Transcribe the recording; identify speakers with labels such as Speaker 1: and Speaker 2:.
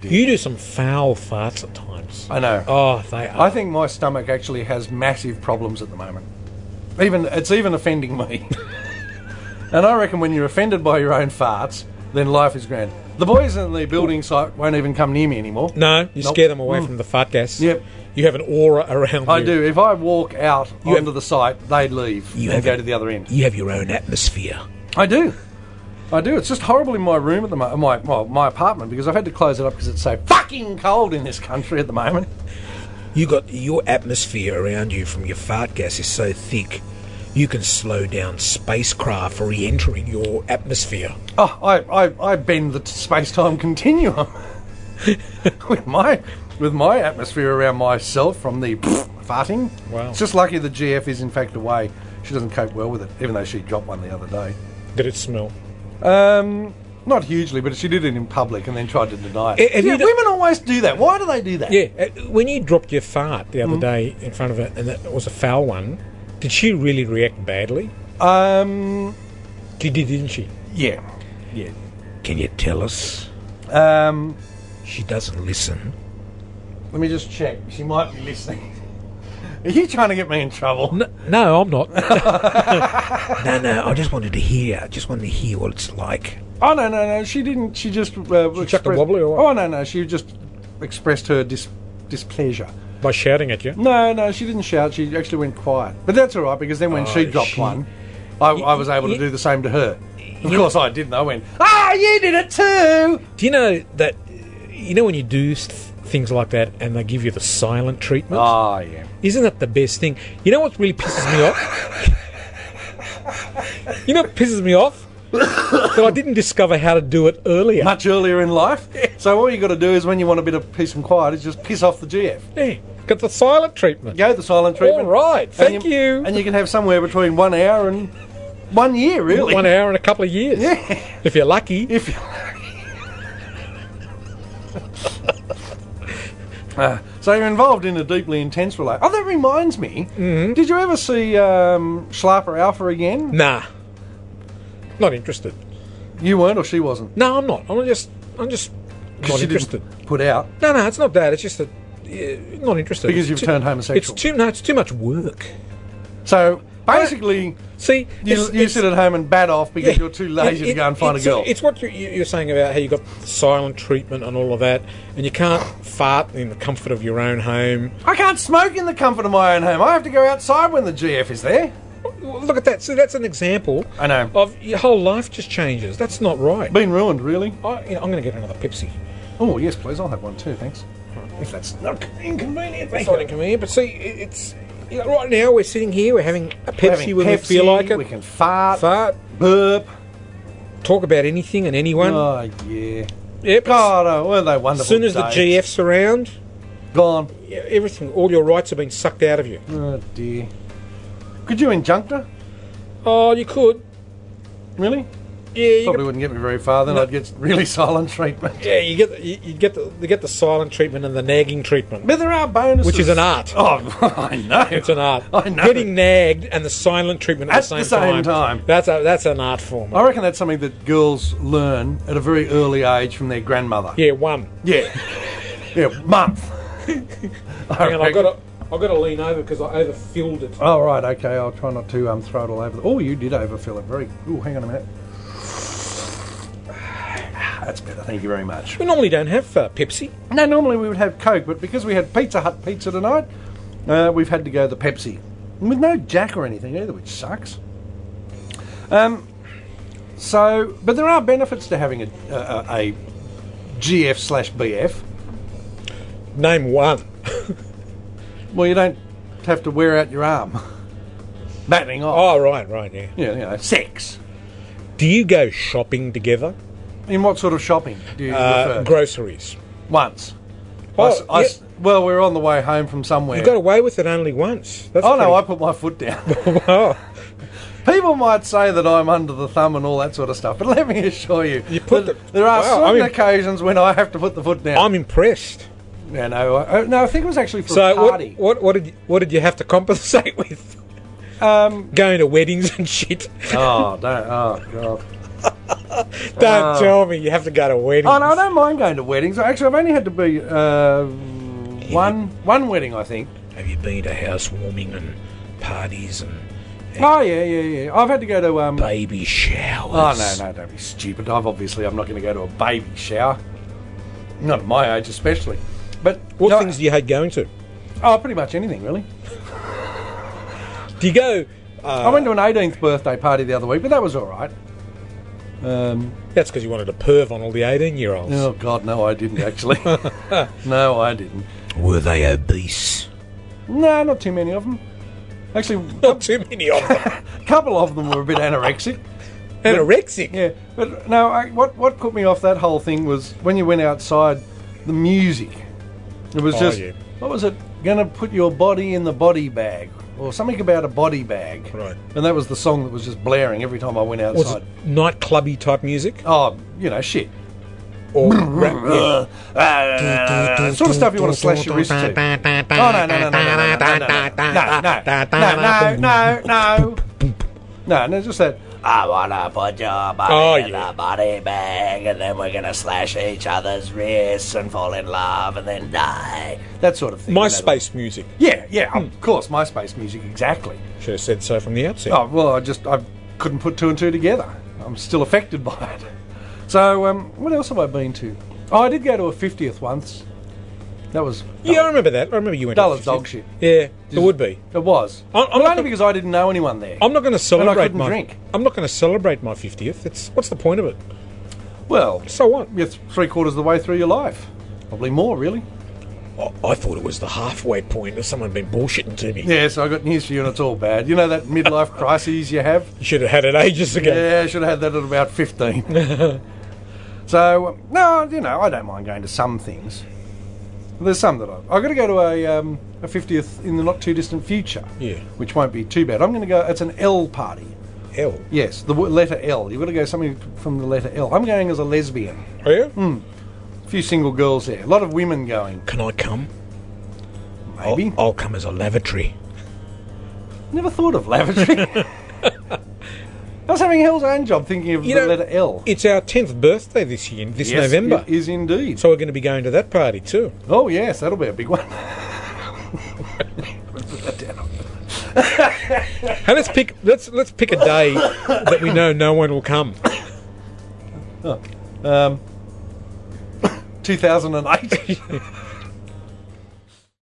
Speaker 1: You do some foul farts at times.
Speaker 2: I know.
Speaker 1: Oh, they are.
Speaker 2: I think my stomach actually has massive problems at the moment. Even it's even offending me. and I reckon when you're offended by your own farts, then life is grand. The boys in the building site won't even come near me anymore.
Speaker 1: no, you
Speaker 2: Nope. Mm.
Speaker 1: scare them away from the fart gas.
Speaker 2: Yep.
Speaker 1: You have an aura around
Speaker 2: I
Speaker 1: you.
Speaker 2: do. If I walk out
Speaker 1: You
Speaker 2: onto
Speaker 1: have-
Speaker 2: the site, they leave
Speaker 1: You
Speaker 2: and
Speaker 1: have
Speaker 2: go
Speaker 1: a-
Speaker 2: to the other end.
Speaker 1: You have your own atmosphere.
Speaker 2: I do. I do. It's just horrible in my room at the moment, my, well, my apartment, because I've had to close it up because it's so fucking cold in this country at the moment.
Speaker 1: You got your atmosphere around you from your fart gas is so thick, you can slow down spacecraft re-entering your atmosphere.
Speaker 2: Oh, I, I, I bend the space time continuum with my with my atmosphere around myself from the farting.
Speaker 1: Wow.
Speaker 2: It's just lucky the GF is in fact away. She doesn't cope well with it, even though she dropped one the other day.
Speaker 1: Did it smell?
Speaker 2: Um, not hugely, but she did it in public and then tried to deny it.
Speaker 1: Eh, have
Speaker 2: yeah,
Speaker 1: you d-
Speaker 2: women always do that. Why do they do that?
Speaker 1: Yeah. uh, When you dropped your fart the other
Speaker 2: Mm.
Speaker 1: day in front of her, and it was a foul one, did she really react badly?
Speaker 2: Um,
Speaker 1: She did, didn't she?
Speaker 2: yeah, yeah.
Speaker 1: Can you tell us?
Speaker 2: Um,
Speaker 1: She doesn't listen.
Speaker 2: let me just check. She might be listening. Are you trying to get me in trouble?
Speaker 1: No, no I'm not. no, no. I just wanted to hear. I just wanted to hear what it's like.
Speaker 2: Oh no no no! She didn't. She just uh, she
Speaker 1: chucked a wobbly or what?
Speaker 2: Oh no no! She just expressed her dis- displeasure.
Speaker 1: By shouting at you.
Speaker 2: No no, she didn't shout. She actually went quiet. But that's all right because then when she
Speaker 1: Oh,
Speaker 2: dropped
Speaker 1: she-
Speaker 2: one, I, I was able
Speaker 1: y-
Speaker 2: to do the same to her. Of
Speaker 1: you-
Speaker 2: course I didn't. I went, ah, you did it too.
Speaker 1: Do you know that? You know when you do st- things like that, and they give you the silent treatment.
Speaker 2: Oh yeah.
Speaker 1: Isn't that the best thing? You know what really pisses me off? you know what pisses me off? that I didn't discover how to do it earlier.
Speaker 2: Much earlier in life. So all you got to do is when you want a bit of peace and quiet, is just piss off the GF.
Speaker 1: Yeah, got the silent treatment.
Speaker 2: Go the silent treatment.
Speaker 1: All right,
Speaker 2: And
Speaker 1: thank you.
Speaker 2: And you can have somewhere between one hour and one year really.
Speaker 1: One hour and a couple of years.
Speaker 2: Yeah.
Speaker 1: If you're lucky.
Speaker 2: If you Uh, so you're involved in a deeply intense relationship. Oh, that reminds me. Did you ever see um, Schlapper Alpha again?
Speaker 1: Nah. Not interested.
Speaker 2: You weren't, or she wasn't.
Speaker 1: No, I'm not. I'm just I'm just
Speaker 2: 'Cause
Speaker 1: not
Speaker 2: she didn't
Speaker 1: interested.
Speaker 2: Put out.
Speaker 1: No, no, it's not that. It's just that uh, not interested.
Speaker 2: Because
Speaker 1: It's
Speaker 2: you've
Speaker 1: too-
Speaker 2: turned homosexual.
Speaker 1: It's too no, it's too much work.
Speaker 2: So basically,
Speaker 1: See,
Speaker 2: you,
Speaker 1: it's-
Speaker 2: you
Speaker 1: it's-
Speaker 2: sit at home and bat off because
Speaker 1: Yeah.
Speaker 2: you're too lazy
Speaker 1: It-
Speaker 2: to go and find a
Speaker 1: it's-
Speaker 2: girl.
Speaker 1: It's what you, you- you're saying about how you got silent treatment and all of that, and you can't fart in the comfort of your own home.
Speaker 2: I can't smoke in the comfort of my own home. I have to go outside when the GF is there.
Speaker 1: Well, Look at that. See, that's an example.
Speaker 2: I know.
Speaker 1: Of your whole life just changes. That's not right.
Speaker 2: Been ruined, really.
Speaker 1: I, you know, I'm going to get another Pepsi.
Speaker 2: Oh yes, please. I'll have one too. Thanks. If that's not inconvenient,
Speaker 1: It's
Speaker 2: thank
Speaker 1: not
Speaker 2: you.
Speaker 1: inconvenient, but see, it, it's you know, right now we're sitting here. We're having a Pepsi
Speaker 2: We're having
Speaker 1: when we
Speaker 2: Pepsi,
Speaker 1: feel like it.
Speaker 2: We can fart,
Speaker 1: fart,
Speaker 2: burp.
Speaker 1: talk about anything and anyone.
Speaker 2: Oh yeah.
Speaker 1: yep.
Speaker 2: God, oh, weren't they wonderful?
Speaker 1: as soon as the
Speaker 2: days?
Speaker 1: GF's around,
Speaker 2: gone.
Speaker 1: yeah, everything, all your rights have been sucked out of you.
Speaker 2: Oh dear. Could you injunct her?
Speaker 1: Oh, you could.
Speaker 2: Really?
Speaker 1: Yeah, you could
Speaker 2: Probably wouldn't get me very far. Then I'd get really silent treatment.
Speaker 1: Yeah, you get the, you, you get the you get the silent treatment and the nagging treatment,
Speaker 2: But there are bonuses.
Speaker 1: which is an art.
Speaker 2: Oh, I know.
Speaker 1: It's an art.
Speaker 2: I know.
Speaker 1: Getting nagged and the silent treatment at,
Speaker 2: At the same time.
Speaker 1: That's a, that's an art form.
Speaker 2: I reckon that's something that girls learn at a very early age from their grandmother.
Speaker 1: Yeah, one.
Speaker 2: Yeah. Yeah, month.
Speaker 1: Hang on, I've got to I've got to lean over because I overfilled it.
Speaker 2: Oh, right, okay. I'll try not to um, throw it all over. The- oh, you did overfill it. Very. Oh, hang on a minute. That's better. Thank you very much.
Speaker 1: We normally don't have uh, Pepsi.
Speaker 2: Now, normally we would have Coke, but because we had Pizza Hut pizza tonight, uh, we've had to go the Pepsi. And with no Jack or anything either, which sucks. Um, so, but there are benefits to having a, a, a GF slash BF.
Speaker 1: Name one.
Speaker 2: Well, you don't have to wear out your arm. Batting off.
Speaker 1: Oh right, right, yeah.
Speaker 2: Yeah, you know, sex.
Speaker 1: Do you go shopping together?
Speaker 2: In what sort of shopping do you
Speaker 1: Uh,
Speaker 2: refer?
Speaker 1: groceries.
Speaker 2: Once. I
Speaker 1: Oh,
Speaker 2: s- I
Speaker 1: yeah.
Speaker 2: s- well, we were on the way home from somewhere.
Speaker 1: You got away with it only once. That's
Speaker 2: oh no, I put my foot down.
Speaker 1: pretty- Oh.
Speaker 2: People might say that I'm under the thumb and all that sort of stuff, but let me assure you,
Speaker 1: You put
Speaker 2: that
Speaker 1: the-
Speaker 2: there are
Speaker 1: wow,
Speaker 2: certain
Speaker 1: I mean-
Speaker 2: occasions when I have to put the foot down.
Speaker 1: I'm impressed.
Speaker 2: yeah, no, I, oh, no, I think it was actually for a
Speaker 1: So what,
Speaker 2: party.
Speaker 1: what what did you, what did you have to compensate with?
Speaker 2: Um,
Speaker 1: Going to weddings and shit.
Speaker 2: oh, don't, oh god.
Speaker 1: Don't tell me you have to go to weddings.
Speaker 2: Ah. Oh, no, I don't mind going to weddings. Actually, I've only had to be uh, one one wedding, I think.
Speaker 1: Have you been to housewarming and parties and
Speaker 2: Oh yeah, yeah, yeah. I've had to go to um.
Speaker 1: baby
Speaker 2: Oh
Speaker 1: showers?
Speaker 2: no, no, don't be stupid. I've obviously I'm not going to go to a baby shower. Not at my age, especially. But
Speaker 1: What
Speaker 2: no,
Speaker 1: things do you hate going to?
Speaker 2: Oh, pretty much anything really.
Speaker 1: Do you go?
Speaker 2: I
Speaker 1: Uh,
Speaker 2: went to an 18th birthday party the other week, but that was all right. Um,
Speaker 1: that's because you wanted to perv on all the 18 year olds.
Speaker 2: oh God, no, I didn't actually. no, I didn't.
Speaker 1: Were they obese?
Speaker 2: No, not too many of them. Actually,
Speaker 1: Not too many of them.
Speaker 2: a couple of them were a bit anorexic.
Speaker 1: Anorexic.
Speaker 2: Yeah, but no, I, what what put me off that whole thing was when you went outside, the music. It was
Speaker 1: Oh,
Speaker 2: just
Speaker 1: yeah.
Speaker 2: what was it? Gonna put your body in the body bag, or something about a body bag.
Speaker 1: Right.
Speaker 2: And that was the song that was just blaring every time I went
Speaker 1: Was
Speaker 2: outside.
Speaker 1: it nightclubby type music?
Speaker 2: Oh, you know, shit.
Speaker 1: Or rap? uh, Yeah.
Speaker 2: Uh, sort of stuff you want to slash your wrist to. Oh no no no no no no no no no no no no no no no just that.
Speaker 3: I wanna put your body
Speaker 1: Oh,
Speaker 3: in
Speaker 1: yeah.
Speaker 3: a body bag, and then we're gonna slash each other's wrists and fall in love and then die.
Speaker 2: That sort of thing.
Speaker 1: MySpace Hmm. music.
Speaker 2: Yeah, yeah, of course, MySpace music, exactly.
Speaker 1: Should have said so from the outset.
Speaker 2: Oh well, I just I couldn't put two and two together. I'm still affected by it. So um, what else have I been to? Oh, I did go to a fiftieth once. That was
Speaker 1: yeah, I remember that. I remember you went. to
Speaker 2: Dull as
Speaker 1: 50.
Speaker 2: dog shit.
Speaker 1: Yeah, it would be.
Speaker 2: it was.
Speaker 1: I'm- I'm
Speaker 2: well,
Speaker 1: not
Speaker 2: only
Speaker 1: gonna-
Speaker 2: because I didn't know anyone there.
Speaker 1: I'm not going to celebrate
Speaker 2: couldn't
Speaker 1: my.
Speaker 2: drink.
Speaker 1: I'm not going to celebrate my fiftieth. It's what's the point of it?
Speaker 2: well,
Speaker 1: So what?
Speaker 2: you're th- three quarters of the way through your life, probably more, really.
Speaker 1: I, I thought it was the halfway point of someone been bullshitting to me.
Speaker 2: Yeah, so I got news for you, and it's all bad. You know that midlife crises you have.
Speaker 1: You should have had it ages ago.
Speaker 2: Yeah, I should have had that at about 15. so, um, no, you know, I don't mind going to some things. There's some that I've, I've got to go to a, um, a 50th in the not too distant future.
Speaker 1: Yeah.
Speaker 2: Which won't be too bad. I'm going to go, it's an L party.
Speaker 1: Hell.
Speaker 2: Yes, the w- letter L. You've got to go something from the letter L. I'm going as a lesbian.
Speaker 1: Are you?
Speaker 2: Hmm. A few single girls there. A lot of women going,
Speaker 1: Can I come? I'll,
Speaker 2: maybe.
Speaker 1: I'll come as a lavatory.
Speaker 2: Never thought of lavatory. I was having a hell's own job thinking of
Speaker 1: You
Speaker 2: the
Speaker 1: know,
Speaker 2: letter L.
Speaker 1: It's our tenth birthday this year, this
Speaker 2: Yes,
Speaker 1: November.
Speaker 2: it is indeed.
Speaker 1: so we're going to be going to that party too.
Speaker 2: Oh yes, that'll be a big one.
Speaker 1: Hey, let's pick. Let's let's pick a day that we know no one will come.
Speaker 2: 2008.